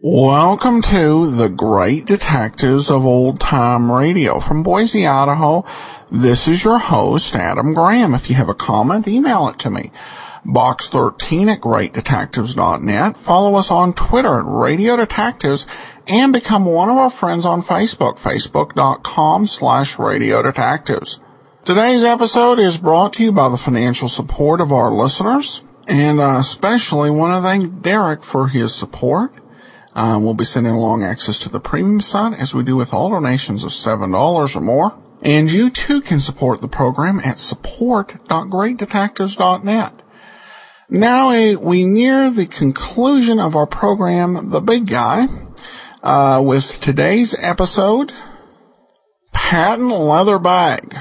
Welcome to the Great Detectives of Old Time Radio from Boise, Idaho. This is your host, Adam Graham. If you have a comment, email it to me. Box 13 at greatdetectives.net. Follow us on Twitter at Radio Detectives and become one of our friends on Facebook, facebook.com slash Radio Detectives. Today's episode is brought to you by the financial support of our listeners and I especially want to thank Derek for his support. Um, we'll be sending along access to the premium site as we do with all donations of $7 or more. And you too can support the program at support.greatdetectives.net. Now eh, we near the conclusion of our program, The Big Guy, uh, with today's episode, Patent Leather Bag.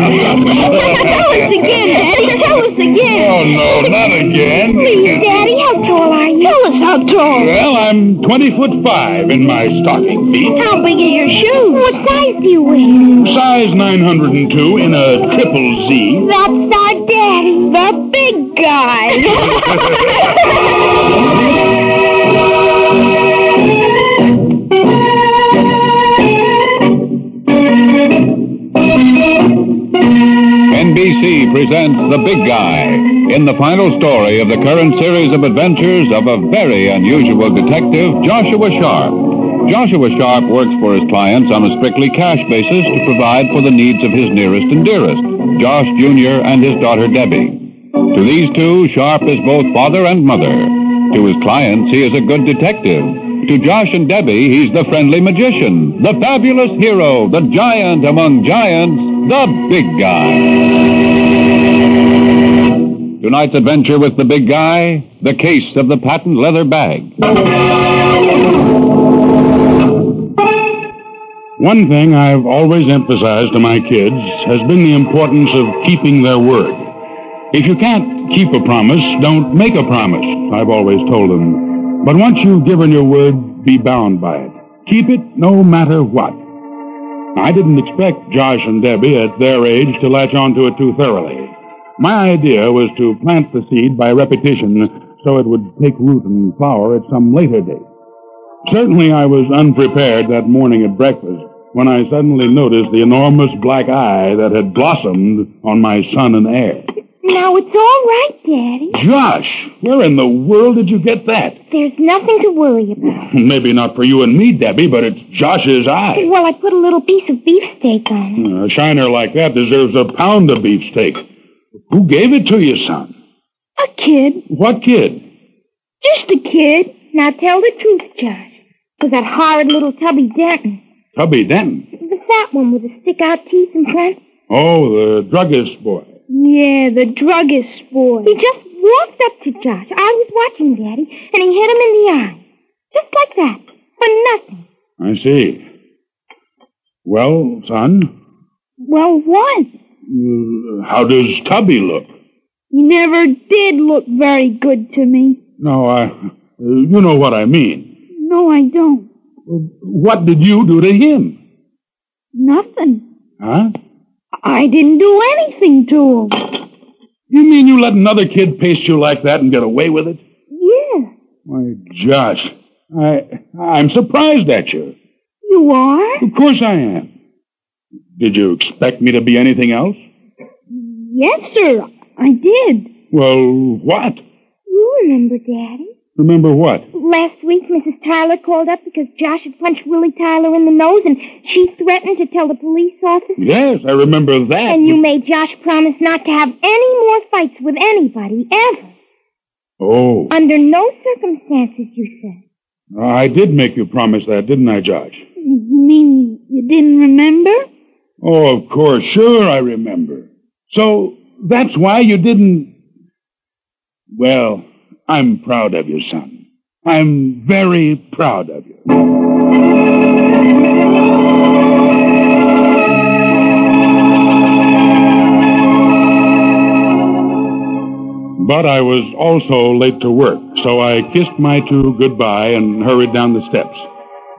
tell us again, Daddy. Tell us again. Oh, no, not again. Please, Daddy, how tall are you? Tell us how tall. Well, I'm 20 foot 5 in my stocking feet. How big are your shoes? What size do you wear? Size 902 in a triple Z. That's our daddy, the big guy. NBC presents The Big Guy in the final story of the current series of adventures of a very unusual detective, Joshua Sharp. Joshua Sharp works for his clients on a strictly cash basis to provide for the needs of his nearest and dearest, Josh Jr. and his daughter Debbie. To these two, Sharp is both father and mother. To his clients, he is a good detective. To Josh and Debbie, he's the friendly magician, the fabulous hero, the giant among giants, the big guy. Tonight's adventure with the big guy, the case of the patent leather bag. One thing I've always emphasized to my kids has been the importance of keeping their word. If you can't keep a promise, don't make a promise, I've always told them. But once you've given your word, be bound by it. Keep it no matter what. I didn't expect Josh and Debbie at their age to latch onto it too thoroughly. My idea was to plant the seed by repetition so it would take root and flower at some later date. Certainly, I was unprepared that morning at breakfast when I suddenly noticed the enormous black eye that had blossomed on my son and heir. Now it's all right, Daddy. Josh, where in the world did you get that? There's nothing to worry about. Maybe not for you and me, Debbie, but it's Josh's eye. Well, I put a little piece of beefsteak on it. A shiner like that deserves a pound of beefsteak. Who gave it to you, son? A kid. What kid? Just a kid. Now tell the truth, Josh. Was that horrid little tubby Denton. Tubby Denton. The fat one with the stick-out teeth in front. Oh, the druggist boy. Yeah, the druggist boy. He just walked up to Josh. I was watching, Daddy, and he hit him in the eye. Just like that. For nothing. I see. Well, son, Well, what? uh, how does Tubby look? You never did look very good to me. No, I. uh, You know what I mean. No, I don't. What did you do to him? Nothing. Huh? I didn't do anything to him. You mean you let another kid paste you like that and get away with it? Yeah, Why, Josh, I I'm surprised at you. you are? Of course I am. Did you expect me to be anything else? Yes, sir, I did. Well, what? You remember, Daddy. Remember what? Last week, Mrs. Tyler called up because Josh had punched Willie Tyler in the nose, and she threatened to tell the police officer. Yes, I remember that. And you made Josh promise not to have any more fights with anybody, ever. Oh, Under no circumstances, you said. I did make you promise that, didn't I, Josh? You mean you didn't remember? Oh, of course. Sure, I remember. So that's why you didn't. Well, I'm proud of you, son. I'm very proud of you. But I was also late to work, so I kissed my two goodbye and hurried down the steps.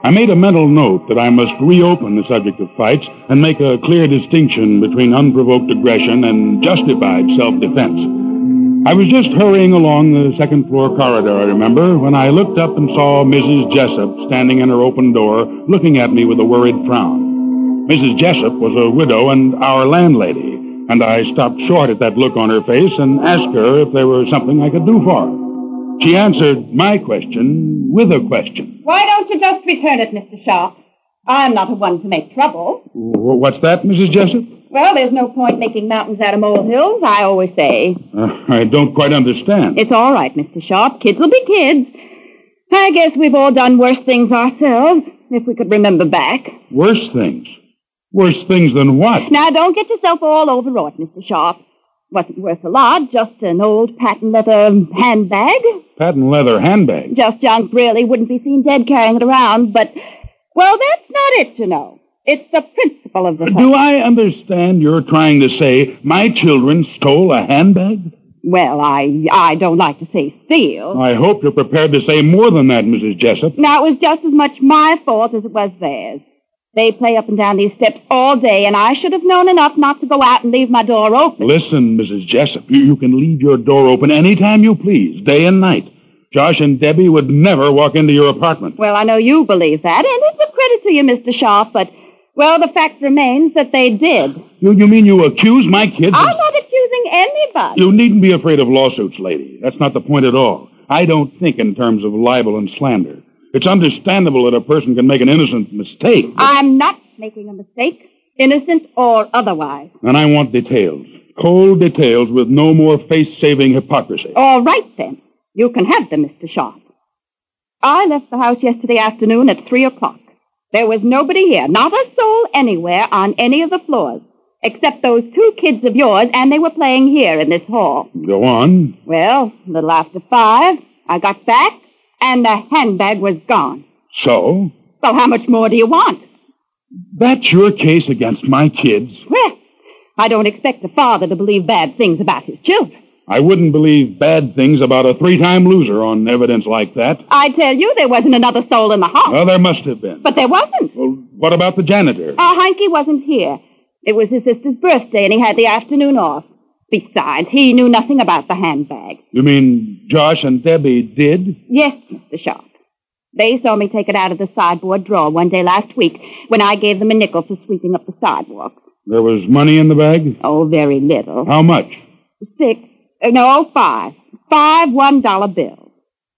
I made a mental note that I must reopen the subject of fights and make a clear distinction between unprovoked aggression and justified self defense. I was just hurrying along the second floor corridor, I remember, when I looked up and saw Mrs. Jessup standing in her open door, looking at me with a worried frown. Mrs. Jessup was a widow and our landlady, and I stopped short at that look on her face and asked her if there were something I could do for her. She answered my question with a question. Why don't you just return it, Mr. Sharp? I'm not a one to make trouble. Wh- What's that, Mrs. Jessup? Well, there's no point making mountains out of molehills, I always say. Uh, I don't quite understand. It's all right, Mr. Sharp. Kids will be kids. I guess we've all done worse things ourselves, if we could remember back. Worse things. Worse things than what? Now, don't get yourself all overwrought, Mr. Sharp. Wasn't worth a lot, just an old patent leather handbag. Patent leather handbag. Just junk, really. Wouldn't be seen dead carrying it around, but, well, that's not it, you know. It's the principle of the thing. Do I understand you're trying to say my children stole a handbag? Well, I, I don't like to say steal. I hope you're prepared to say more than that, Mrs. Jessup. Now, it was just as much my fault as it was theirs. They play up and down these steps all day, and I should have known enough not to go out and leave my door open. Listen, Mrs. Jessup, you, you can leave your door open any time you please, day and night. Josh and Debbie would never walk into your apartment. Well, I know you believe that, and it's a credit to you, Mr. Sharp, but, well, the fact remains that they did. You, you mean you accuse my kids? of- I'm not accusing anybody. You needn't be afraid of lawsuits, lady. That's not the point at all. I don't think in terms of libel and slander. It's understandable that a person can make an innocent mistake. I'm not making a mistake, innocent or otherwise. And I want details. Cold details with no more face saving hypocrisy. All right, then. You can have them, Mr. Sharp. I left the house yesterday afternoon at three o'clock. There was nobody here, not a soul anywhere on any of the floors, except those two kids of yours, and they were playing here in this hall. Go on. Well, a little after five, I got back, and the handbag was gone. So, Well, how much more do you want? that's your case against my kids. Well, I don't expect a father to believe bad things about his children. I wouldn't believe bad things about a three time loser on evidence like that. I tell you, there wasn't another soul in the house. Well, there must have been. But there wasn't. Well, what about the janitor? Our Hanky wasn't here. It was his sister's birthday, and he had the afternoon off. Besides, he knew nothing about the handbag. You mean Josh and Debbie did? Yes, Mr. Sharp. They saw me take it out of the sideboard drawer one day last week when I gave them a nickel for sweeping up the sidewalk. There was money in the bag? Oh, very little. How much? Six. uh, No, five. Five one dollar bills.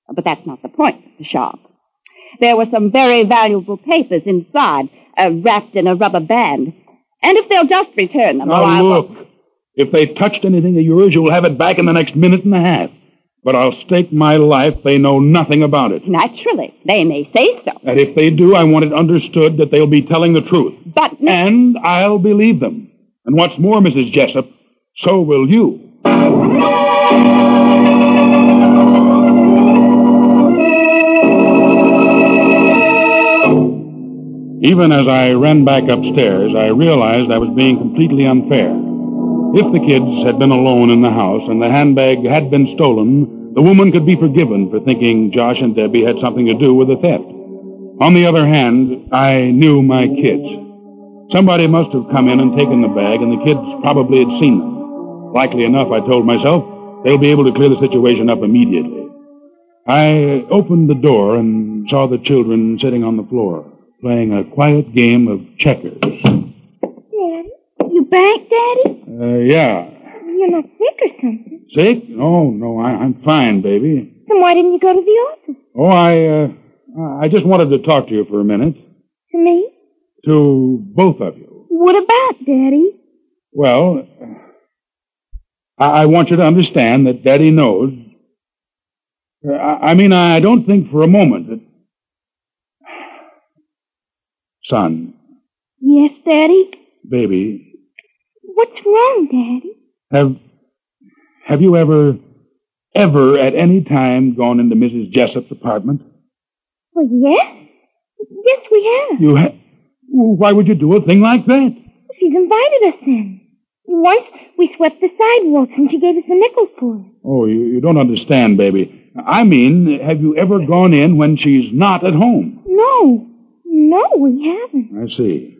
But that's not the point, Mr. Sharp. There were some very valuable papers inside, uh, wrapped in a rubber band. And if they'll just return them, Now I will- Oh, look, if they touched anything of yours, you'll have it back in the next minute and a half. But I'll stake my life they know nothing about it. Naturally, they may say so, And if they do, I want it understood that they'll be telling the truth. but Mr. And I'll believe them. And what's more, Mrs. Jessup, so will you. Even as I ran back upstairs, I realized I was being completely unfair. If the kids had been alone in the house and the handbag had been stolen, the woman could be forgiven for thinking Josh and Debbie had something to do with the theft. On the other hand, I knew my kids. Somebody must have come in and taken the bag, and the kids probably had seen them. Likely enough, I told myself, they'll be able to clear the situation up immediately. I opened the door and saw the children sitting on the floor, playing a quiet game of checkers. Daddy? You bank, Daddy? Uh, yeah. You're not sick or something. Sick? No, no, I, I'm fine, baby. Then why didn't you go to the office? Oh, I, uh, I just wanted to talk to you for a minute. To me? To both of you. What about, Daddy? Well, I, I want you to understand that Daddy knows. Uh, I, I mean, I don't think for a moment that. Son, Yes, Daddy. baby, What's wrong, Daddy? have. Have you ever ever at any time gone into Mrs. Jessup's apartment? Well, yes. Yes, we have. You ha- Well, Why would you do a thing like that? She's invited us in. Once we swept the sidewalks and she gave us a nickel for it. Oh, you, you don't understand, baby. I mean, have you ever gone in when she's not at home? No. No, we haven't. I see.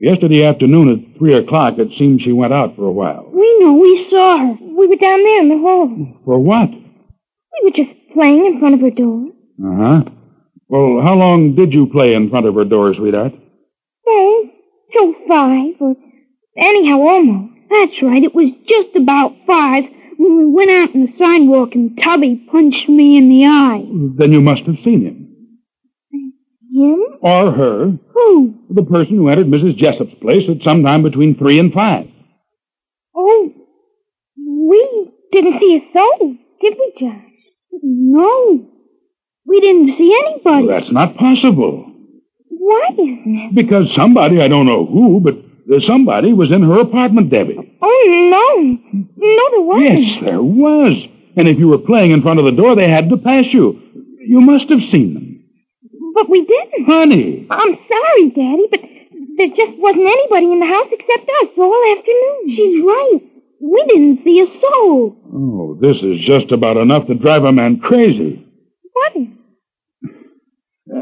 Yesterday afternoon at 3 o'clock, it seemed she went out for a while. We know. We saw her. We were down there in the hall. We For what? were just playing in front of her door. Uh huh. Well, how long did you play in front of her door, sweetheart? Oh, till five, or anyhow, almost. That's right. It was just about five when we went out on the sidewalk and Tubby punched me in the eye. Then you must have seen him. Him? Or her, Who? the person who entered Mrs. Jessup's place at some time between 3 and 5. Oh, we didn't see a soul, did we, Josh? No. We didn't see anybody. Well, that's not possible. Why isn't it? Because somebody, I don't know who, but uh, somebody was in her apartment, Debbie. Oh, no. No, there wasn't. Yes, there was. And if you were playing in front of the door, they had to pass you. You must have seen them. But we didn't. Honey, I'm sorry, Daddy, but there just wasn't anybody in the house except us all afternoon. She's right. We didn't see a soul. Oh, this is just about enough to drive a man crazy. What?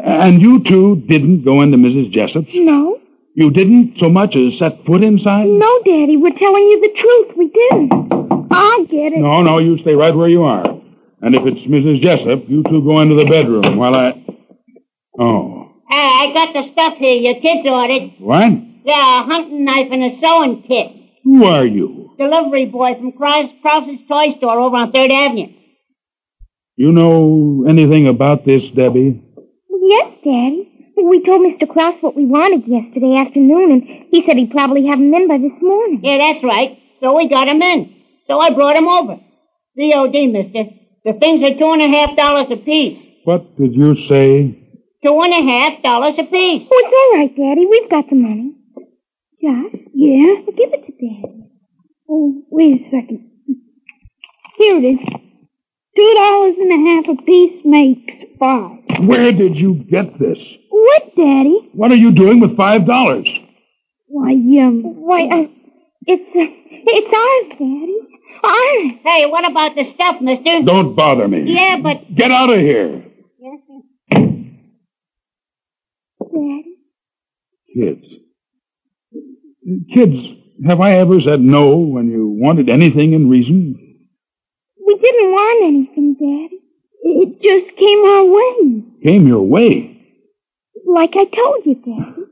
And you two didn't go into Mrs. Jessup's? No. You didn't so much as set foot inside? No, Daddy, we're telling you the truth. We didn't. I get it. No, no, you stay right where you are. And if it's Mrs. Jessup, you two go into the bedroom while I. Oh. Hey, I got the stuff here your kids ordered. What? Yeah, a hunting knife and a sewing kit. Who are you? Delivery boy from Krause- Krause's Toy Store over on 3rd Avenue. You know anything about this, Debbie? Yes, Daddy. We told Mr. Klaus what we wanted yesterday afternoon, and he said he'd probably have 'em in by this morning. Yeah, that's right. So we got 'em in. So I brought 'em over. COD, mister. The things are two and a half dollars apiece. What did you say? Two and a half dollars apiece. Oh, it's all right, Daddy. We've got the money. Josh? Yeah? Give it to Daddy. Oh, wait a second. Here it is. Two dollars and a half apiece makes five. Where did you get this? What, Daddy? What are you doing with five dollars? Why, um... Why, uh, it's, uh, it's ours, Daddy. Ours. Hey, what about the stuff, mister? Don't bother me. Yeah, but Get out of here. Daddy? Kids. Kids, have I ever said no when you wanted anything in reason? We didn't want anything, Daddy. It just came our way. Came your way. Like I told you, Daddy.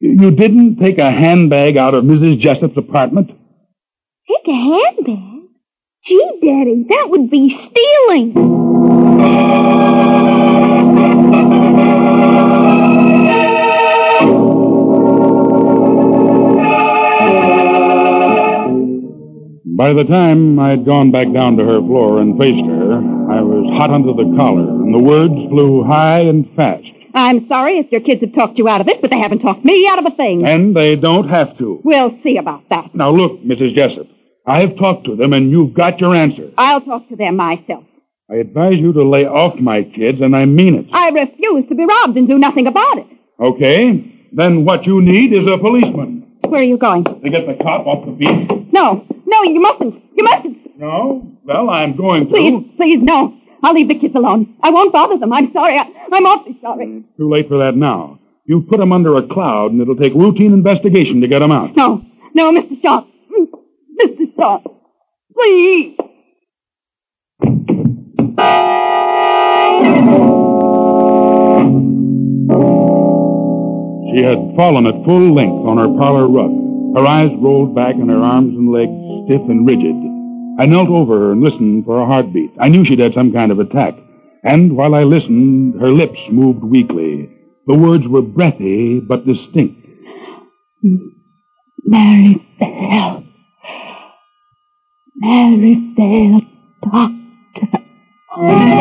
You didn't take a handbag out of Mrs. Jessup's apartment? Take a handbag? Gee, Daddy, that would be stealing. By the time I had gone back down to her floor and faced her, I was hot under the collar, and the words flew high and fast. I'm sorry if your kids have talked you out of it, but they haven't talked me out of a thing. And they don't have to. We'll see about that. Now look, Mrs. Jessup, I have talked to them, and you've got your answer. I'll talk to them myself. I advise you to lay off my kids, and I mean it. I refuse to be robbed and do nothing about it. Okay? Then what you need is a policeman. Where are you going? To get the cop off the beat? No, no, you mustn't. You mustn't. No? Well, I'm going to. Please, please, no. I'll leave the kids alone. I won't bother them. I'm sorry. I, I'm awfully sorry. Too late for that now. You put them under a cloud, and it'll take routine investigation to get them out. No, no, Mr. Sharp. Mr. Sharp, please. She had fallen at full length on her parlor rug, her eyes rolled back and her arms and legs stiff and rigid. I knelt over her and listened for her heartbeat. I knew she'd had some kind of attack. And while I listened, her lips moved weakly. The words were breathy but distinct. Mary Bell. Mary Bell, doctor.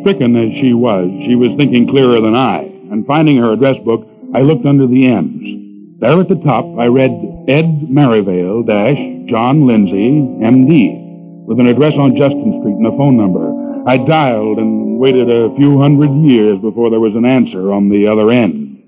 Stricken as she was, she was thinking clearer than I, and finding her address book, I looked under the M's. There at the top, I read Ed Merivale dash John Lindsay, M.D., with an address on Justin Street and a phone number. I dialed and waited a few hundred years before there was an answer on the other end.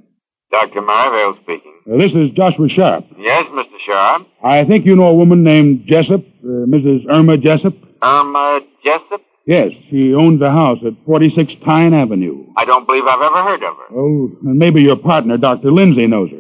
Dr. Merivale speaking. Uh, this is Joshua Sharp. Yes, Mr. Sharp. I think you know a woman named Jessup, uh, Mrs. Irma Jessup. Um, uh, Jessup? Yes, she owns a house at 46 Tyne Avenue. I don't believe I've ever heard of her. Oh, and maybe your partner, Dr. Lindsay, knows her.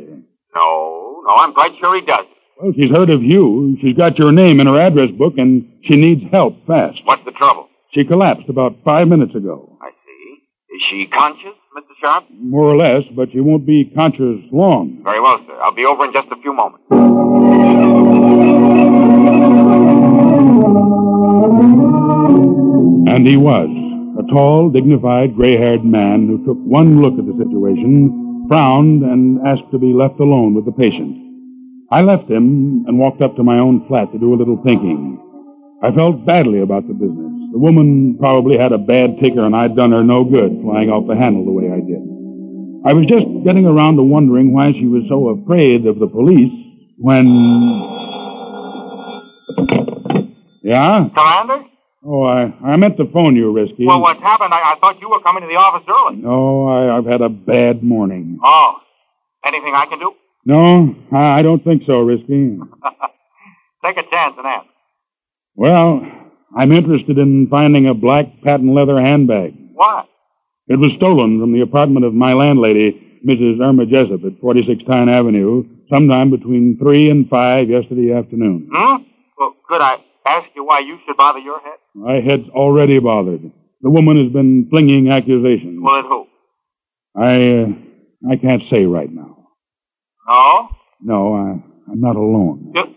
No, no, I'm quite sure he does. Well, she's heard of you. She's got your name in her address book, and she needs help fast. What's the trouble? She collapsed about five minutes ago, I see. Is she conscious, Mr. Sharp? more or less, but she won't be conscious long. Very well, sir. I'll be over in just a few moments. And he was. A tall, dignified, gray haired man who took one look at the situation, frowned, and asked to be left alone with the patient. I left him and walked up to my own flat to do a little thinking. I felt badly about the business. The woman probably had a bad ticker, and I'd done her no good flying off the handle the way I did. I was just getting around to wondering why she was so afraid of the police when. Yeah? Commander? Oh, I, I meant to phone you, Risky. Well, what's happened? I, I thought you were coming to the office early. No, I, I've had a bad morning. Oh, anything I can do? No, I, I don't think so, Risky. Take a chance and ask. Well, I'm interested in finding a black patent leather handbag. Why? It was stolen from the apartment of my landlady, Mrs. Irma Jessup, at 46 Tyne Avenue, sometime between 3 and 5 yesterday afternoon. Hmm? Well, could I ask you why you should bother your head? My head's already bothered. The woman has been flinging accusations. Well, at who? I, uh, I can't say right now. No? No, I, I'm not alone. You,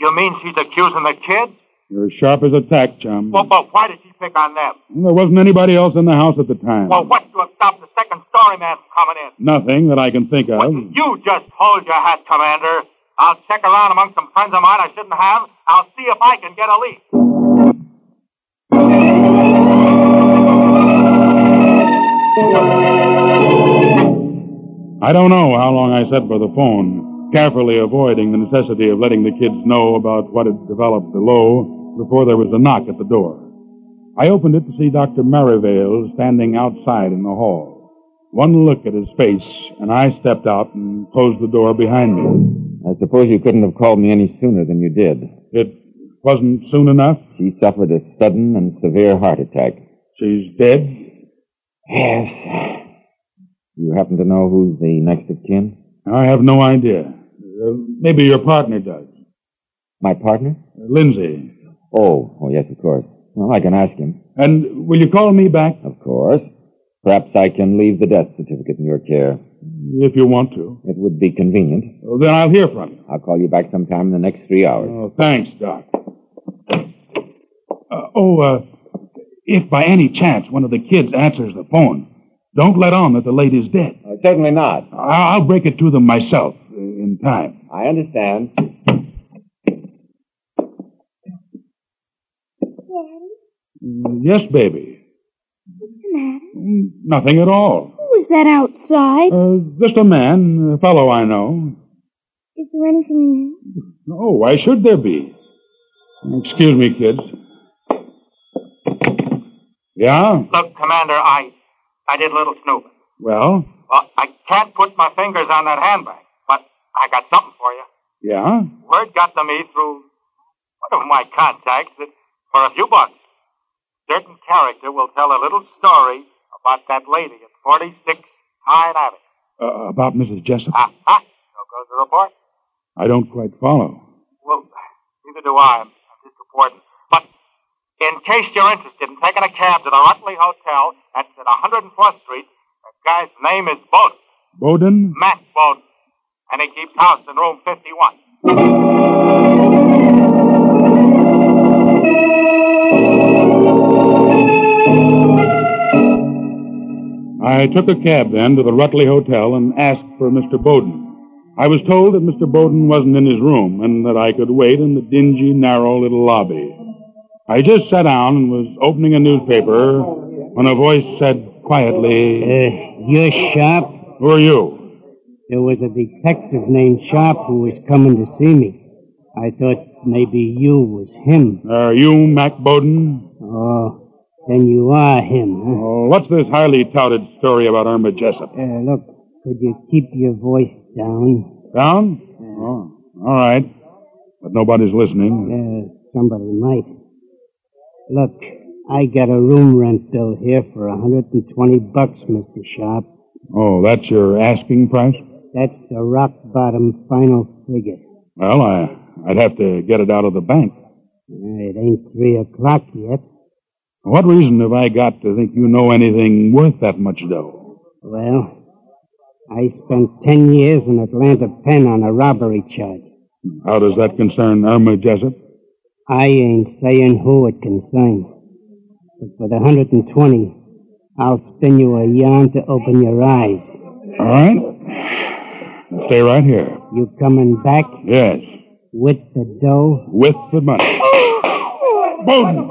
you mean she's accusing the kids? You're as sharp as a tack, chum. Well, but why did she pick on them? There wasn't anybody else in the house at the time. Well, what to have stopped the second story man from coming in? Nothing that I can think of. Well, you just hold your hat, Commander. I'll check around among some friends of mine I shouldn't have. I'll see if I can get a lead. I don't know how long I sat by the phone, carefully avoiding the necessity of letting the kids know about what had developed below before there was a knock at the door. I opened it to see Dr. Merivale standing outside in the hall. One look at his face, and I stepped out and closed the door behind me. I suppose you couldn't have called me any sooner than you did. It wasn't soon enough. She suffered a sudden and severe heart attack. She's dead. Yes. You happen to know who's the next of kin? I have no idea. Uh, maybe your partner does. My partner? Lindsay. Oh, oh yes, of course. Well, I can ask him. And will you call me back Of course. Perhaps I can leave the death certificate in your care. if you want to? It would be convenient. Well, then I'll hear from you. I'll call you back sometime in the next three hours. Oh, thanks, Doc. Uh, oh, uh, if by any chance one of the kids answers the phone, don't let on that the lady's dead. Uh, certainly not. I- I'll break it to them myself uh, in time. I understand. Daddy, Mm, Yes, baby. what's the matter? Mm, Nothing at all. Who was that outside? Uh, just a man, a fellow I know. Is there anything Oh, why should there be? Excuse me, kids. Yeah? Look, Commander, I, I did a little snooping. Well, Well, I can't put my fingers on that handbag, but I got something for you. yeah? Word got to me through one of my contacts that for a few bucks, certain character will tell a little story about that lady at 46 Pine Avenue. Uh, about Mrs. Jessup? Ha ha! So goes the report. I don't quite follow. Well, neither do I. I'm just reporting. But in case you're interested in taking a cab to the Rutley Hotel, that's at 104th Street, the guy's name is Bowden, Bowden? Matt Bowden, and he keeps house in room 51. I took a cab then to the Rutley Hotel and asked for Mr. Bowden. I was told that Mr. Bowden wasn't in his room and that I could wait in the dingy, narrow little lobby. I just sat down and was opening a newspaper when a voice said quietly, Uh, you're sharp. Who are you? There was a detective named Sharp who was coming to see me. I thought maybe you was him. Are you Mac Bowden? Oh, then you are him, huh? Oh, what's this highly touted story about Irma Jessup? Uh, look, could you keep your voice down? Down? Oh, all right. But nobody's listening. Uh, somebody might. Look, I got a room rent bill here for a 120 bucks, Mr. Sharp. Oh, that's your asking price? That's the rock bottom final figure. Well, I, I'd have to get it out of the bank. Uh, It ain't three o'clock yet. What reason have I got to think you know anything worth that much dough? Well, I spent ten years in Atlanta Penn on a robbery charge. How does that concern Irma Jessup? I ain't saying who it concerns. But for the 120, I'll spin you a yarn to open your eyes. All right. Stay right here. You coming back Yes, with the dough? with the money. Bowden!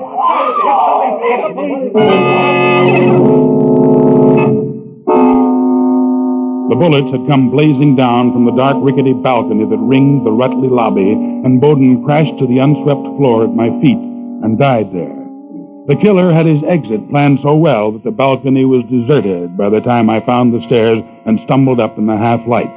The bullets had come blazing down from the dark, rickety balcony that ringed the Rutley lobby, and Bowden crashed to the unswept floor at my feet and died there. The killer had his exit planned so well that the balcony was deserted by the time I found the stairs and stumbled up in the half light.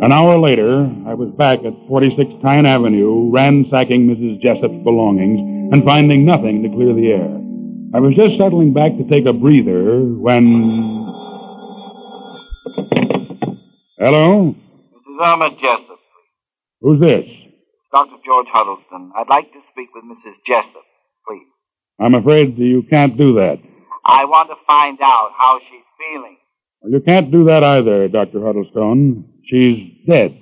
An hour later, I was back at 46 Tyne Avenue, ransacking Mrs. Jessup's belongings and finding nothing to clear the air. I was just settling back to take a breather when. Hello? This is Irma Jessup. Who's this? Dr. George Huddleston, I'd like to speak with Mrs. Jessup, please. I'm afraid you can't do that. I want to find out how she's feeling. Well, you can't do that either, Dr. Huddlestone. She's dead.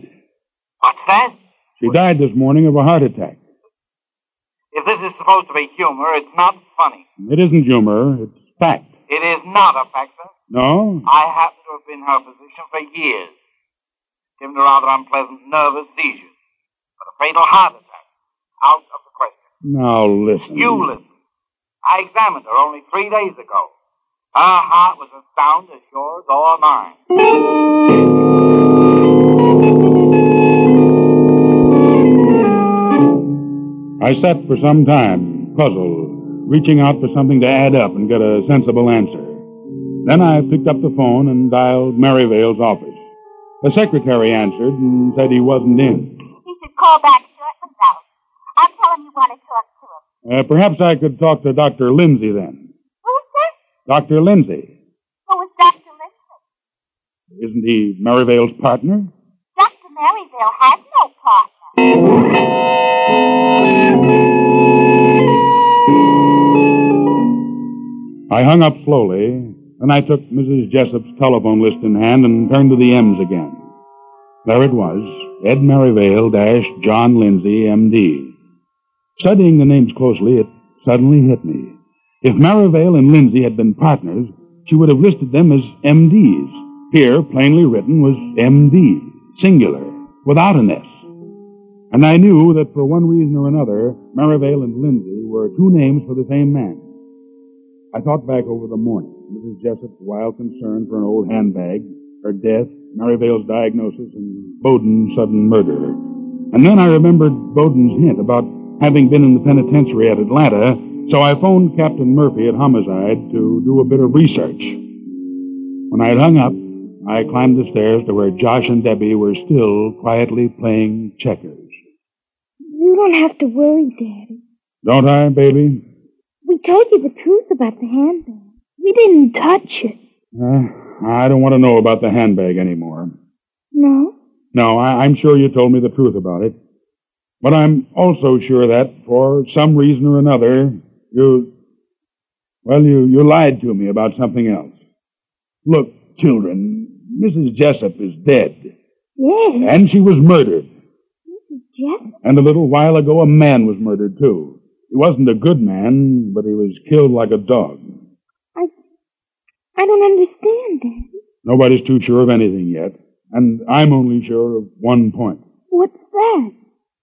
What's that? She died this morning of a heart attack. If this is supposed to be humor, it's not funny. It isn't humor, it's fact. It is not a factor. No? I happen to have been her physician for years. Given to rather unpleasant nervous seizures, but a fatal heart attack, out of the question. Now listen. You listen. I examined her only three days ago. Her heart was as sound as yours or mine. I sat for some time, puzzled, reaching out for something to add up and get a sensible answer. Then I picked up the phone and dialed Maryvale's office. The secretary answered and said he wasn't in. He should call back shortly, Ralph. I'm telling you want to talk to him. Uh, perhaps I could talk to Dr. Lindsay then. Who's this? Dr. Lindsay, Who is Dr. Lindsay? isn't he Maryvale's partner? Dr. Maryvale has no partner. I hung up slowly, then I took Mrs. Jessup's telephone list in hand and turned to the M's again. There it was, Ed Merivale dash John Lindsay, M.D. Studying the names closely, it suddenly hit me. If Merivale and Lindsay had been partners, she would have listed them as M.D.s. Here, plainly written, was M.D., singular, without an S. And I knew that for one reason or another, Merivale and Lindsay were two names for the same man. I thought back over the morning, Mrs. Jessup's wild concern for an old handbag, her death, Maryvale's diagnosis, and Bowden's sudden murder. And then I remembered Bowden's hint about having been in the penitentiary at Atlanta, so I phoned Captain Murphy at Homicide to do a bit of research. When I had hung up, I climbed the stairs to where Josh and Debbie were still quietly playing checkers. You don't have to worry, Daddy. Don't I, baby? We told you the truth about the handbag. We didn't touch it. Uh, I don't want to know about the handbag anymore. No? No, I, I'm sure you told me the truth about it. But I'm also sure that, for some reason or another, you. Well, you, you lied to me about something else. Look, children, Mrs. Jessup is dead, Yes. and she was murdered. Jeff? And a little while ago, a man was murdered, too. He wasn't a good man, but he was killed like a dog. I. I don't understand, Daddy. Nobody's too sure of anything yet, and I'm only sure of one point. What's that?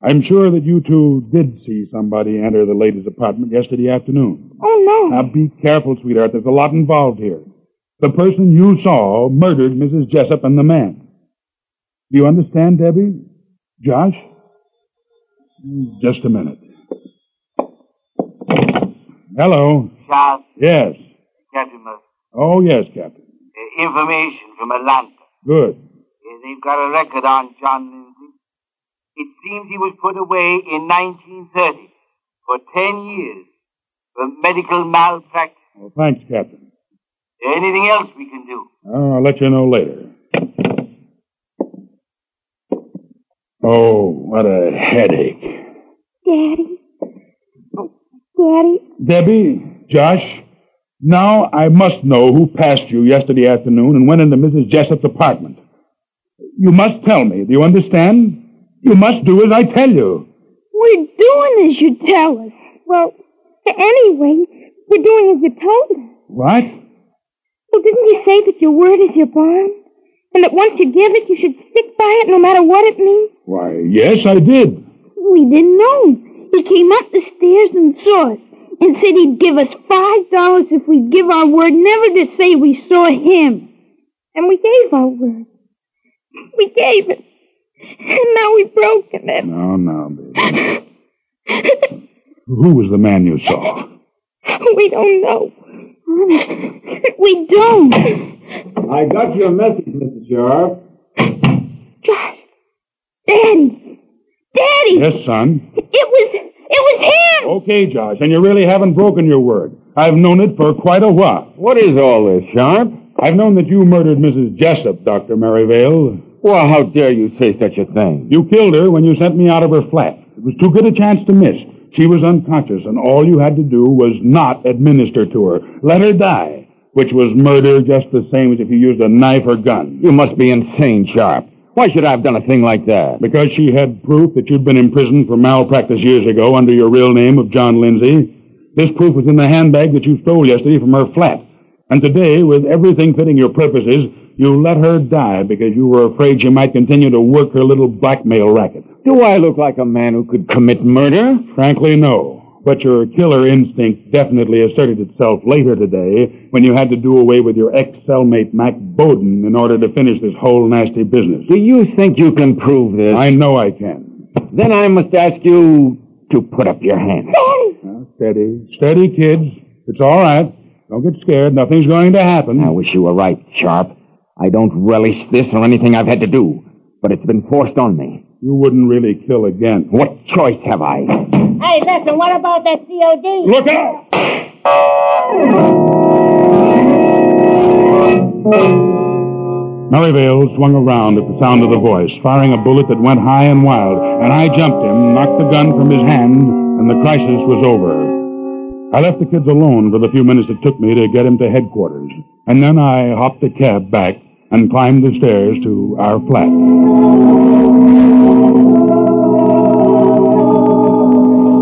I'm sure that you two did see somebody enter the lady's apartment yesterday afternoon. Oh, Now, be careful, sweetheart. There's a lot involved here. The person you saw murdered Mrs. Jessup and the man. Do you understand, Debbie? Josh? Just a minute. Hello? Sharp, Yes. get him the Oh, yes, Captain. uh, information from Atlanta. Good. Uh, They've got a record on John Lindsay. It seems he was put away in 1930 for 10 years for medical malpractice. Well, thanks, Captain. Anything else we can do? Oh, I'll let you know later. Oh, what a headache. Daddy. Oh, Daddy, Debbie, Josh, now I must know who passed you yesterday afternoon and went into Mrs. Jessup's apartment. You must tell me. Do you understand? You must do as I tell you. we're doing as you tell us. Well, anyway, we're doing as you told us. What? Well, didn't you say that your word is your bond? And that once you give it, you should stick by it no matter what it means? Why, yes, I did. We didn't know him. He came up the stairs and saw us and said he'd give us five dollars if we'd give our word never to say we saw him. And we gave our word. We gave it. And now we've broken it. No, no, baby. Who was the man you saw? We don't know. We don't. I got your message, Mr. Sharp. Daddy. Daddy. Yes, son. It was. It was him. Okay, Josh, and you really haven't broken your word. I've known it for quite a while. What is all this, Sharp? I've known that you murdered Mrs. Jessup, Dr. Merivale. Well, how dare you say such a thing? You killed her when you sent me out of her flat. It was too good a chance to miss. She was unconscious, and all you had to do was not administer to her. Let her die, which was murder just the same as if you used a knife or gun. You must be insane, Sharp. Why should I have done a thing like that? Because she had proof that you'd been imprisoned for malpractice years ago under your real name of John Lindsay. This proof was in the handbag that you stole yesterday from her flat. And today, with everything fitting your purposes, you let her die because you were afraid she might continue to work her little blackmail racket. Do I look like a man who could commit murder? Frankly, no. But your killer instinct definitely asserted itself later today when you had to do away with your ex cellmate Mac Bowden in order to finish this whole nasty business. Do you think you can prove this? I know I can. Then I must ask you to put up your hand. Now, steady. Steady, kids. It's all right. Don't get scared. Nothing's going to happen. I wish you were right, Sharp. I don't relish this or anything I've had to do, but it's been forced on me. You wouldn't really kill again. What choice have I? Hey, listen, what about that COD? Look out! Merivale swung around at the sound of the voice, firing a bullet that went high and wild, and I jumped him, knocked the gun from his hand, and the crisis was over. I left the kids alone for the few minutes it took me to get him to headquarters, and then I hopped a cab back and climbed the stairs to our flat.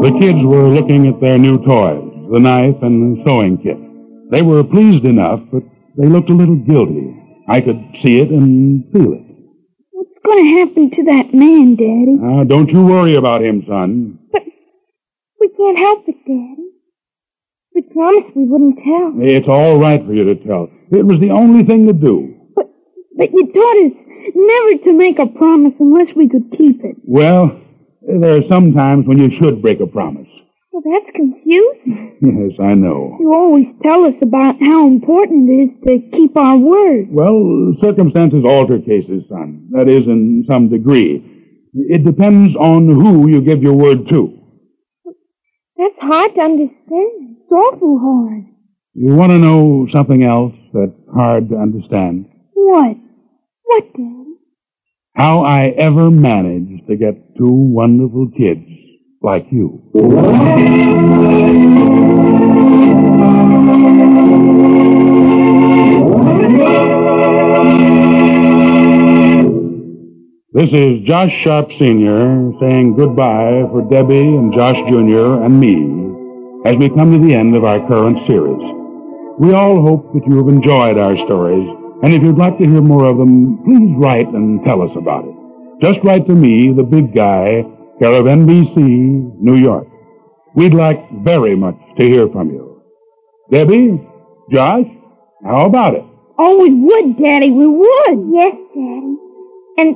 The kids were looking at their new toys, the knife and the sewing kit. They were pleased enough, but they looked a little guilty. I could see it and feel it. What's going to happen to that man, Daddy? Now, don't you worry about him, son. We can't help it, Daddy. We promised we wouldn't tell. It's all right for you to tell. It was the only thing to do. But you taught us never to make a promise unless we could keep it. Well, there are some times when you should break a promise. Well, that's confusing. Yes, I know. You always tell us about how important it is to keep our word. Well, circumstances alter cases, son. That is, in some degree. It depends on who you give your word to. That's hard to understand. It's awful hard. You want to know something else that's hard to understand? What? What, Daddy? How I ever managed to get two wonderful kids like you. This is Josh Sharp Sr. saying goodbye for Debbie and Josh Jr. and me as we come to the end of our current series. We all hope that you have enjoyed our stories, and if you'd like to hear more of them, please write and tell us about it. Just write to me, the big guy, care of NBC, New York. We'd like very much to hear from you. Debbie, Josh, how about it? Oh, we would, Daddy, we would. Yes, Daddy. And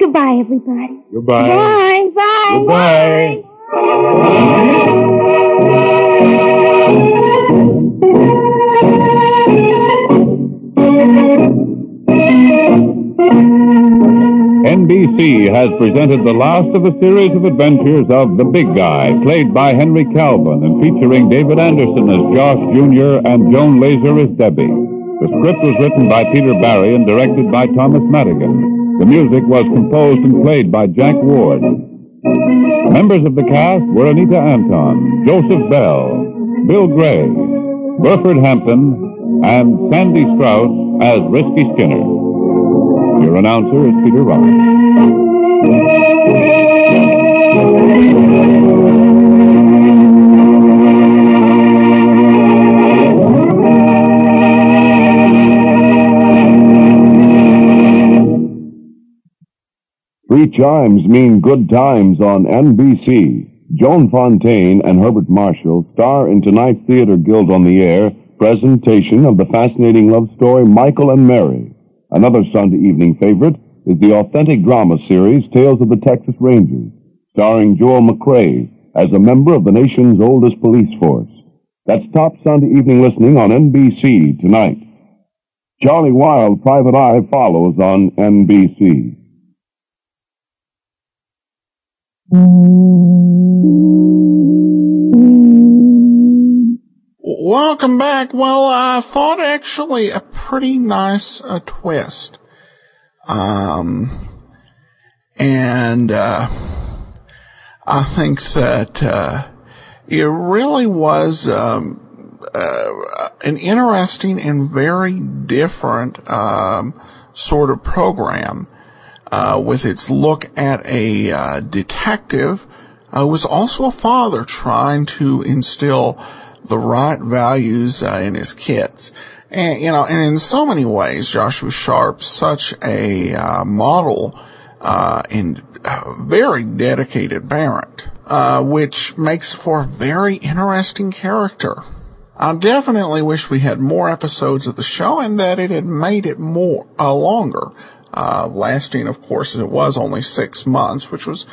goodbye, everybody. Goodbye. Bye. Bye. Goodbye. NBC has presented the last of a series of adventures of The Big Guy, played by Henry Calvin and featuring David Anderson as Josh Jr. and Joan Laser as Debbie. The script was written by Peter Barry and directed by Thomas Madigan. The music was composed and played by Jack Ward. Members of the cast were Anita Anton, Joseph Bell, Bill Gray, Burford Hampton, and Sandy Strauss as Risky Skinner. Your announcer is Peter Roberts. Three chimes mean good times on NBC. Joan Fontaine and Herbert Marshall star in tonight's Theater Guild on the Air presentation of the fascinating love story Michael and Mary. Another Sunday evening favorite is the authentic drama series Tales of the Texas Rangers, starring Joel McRae as a member of the nation's oldest police force. That's top Sunday evening listening on NBC tonight. Charlie Wild, Private Eye follows on NBC. Welcome back. Well, I thought actually a pretty nice uh, twist. Um, and uh, I think that uh, it really was um, uh, an interesting and very different um, sort of program uh, with its look at a uh, detective uh, who was also a father trying to instill the right values uh, in his kids. And, you know, and in so many ways, Joshua Sharp's such a uh, model uh, and a very dedicated parent, uh, which makes for a very interesting character. I definitely wish we had more episodes of the show and that it had made it more uh, longer, uh, lasting, of course, as it was only six months, which was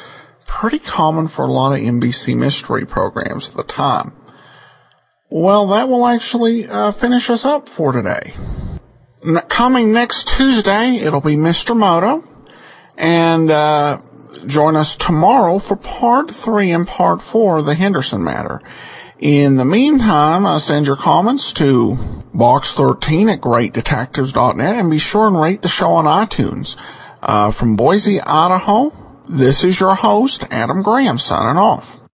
pretty common for a lot of NBC mystery programs at the time. Well, that will actually uh, finish us up for today. N- coming next Tuesday, it'll be Mr. Moto, and uh, join us tomorrow for part three and part four of the Henderson matter. In the meantime, uh, send your comments to box13 at greatdetectives.net and be sure and rate the show on iTunes. Uh, from Boise, Idaho, this is your host, Adam Graham, signing off.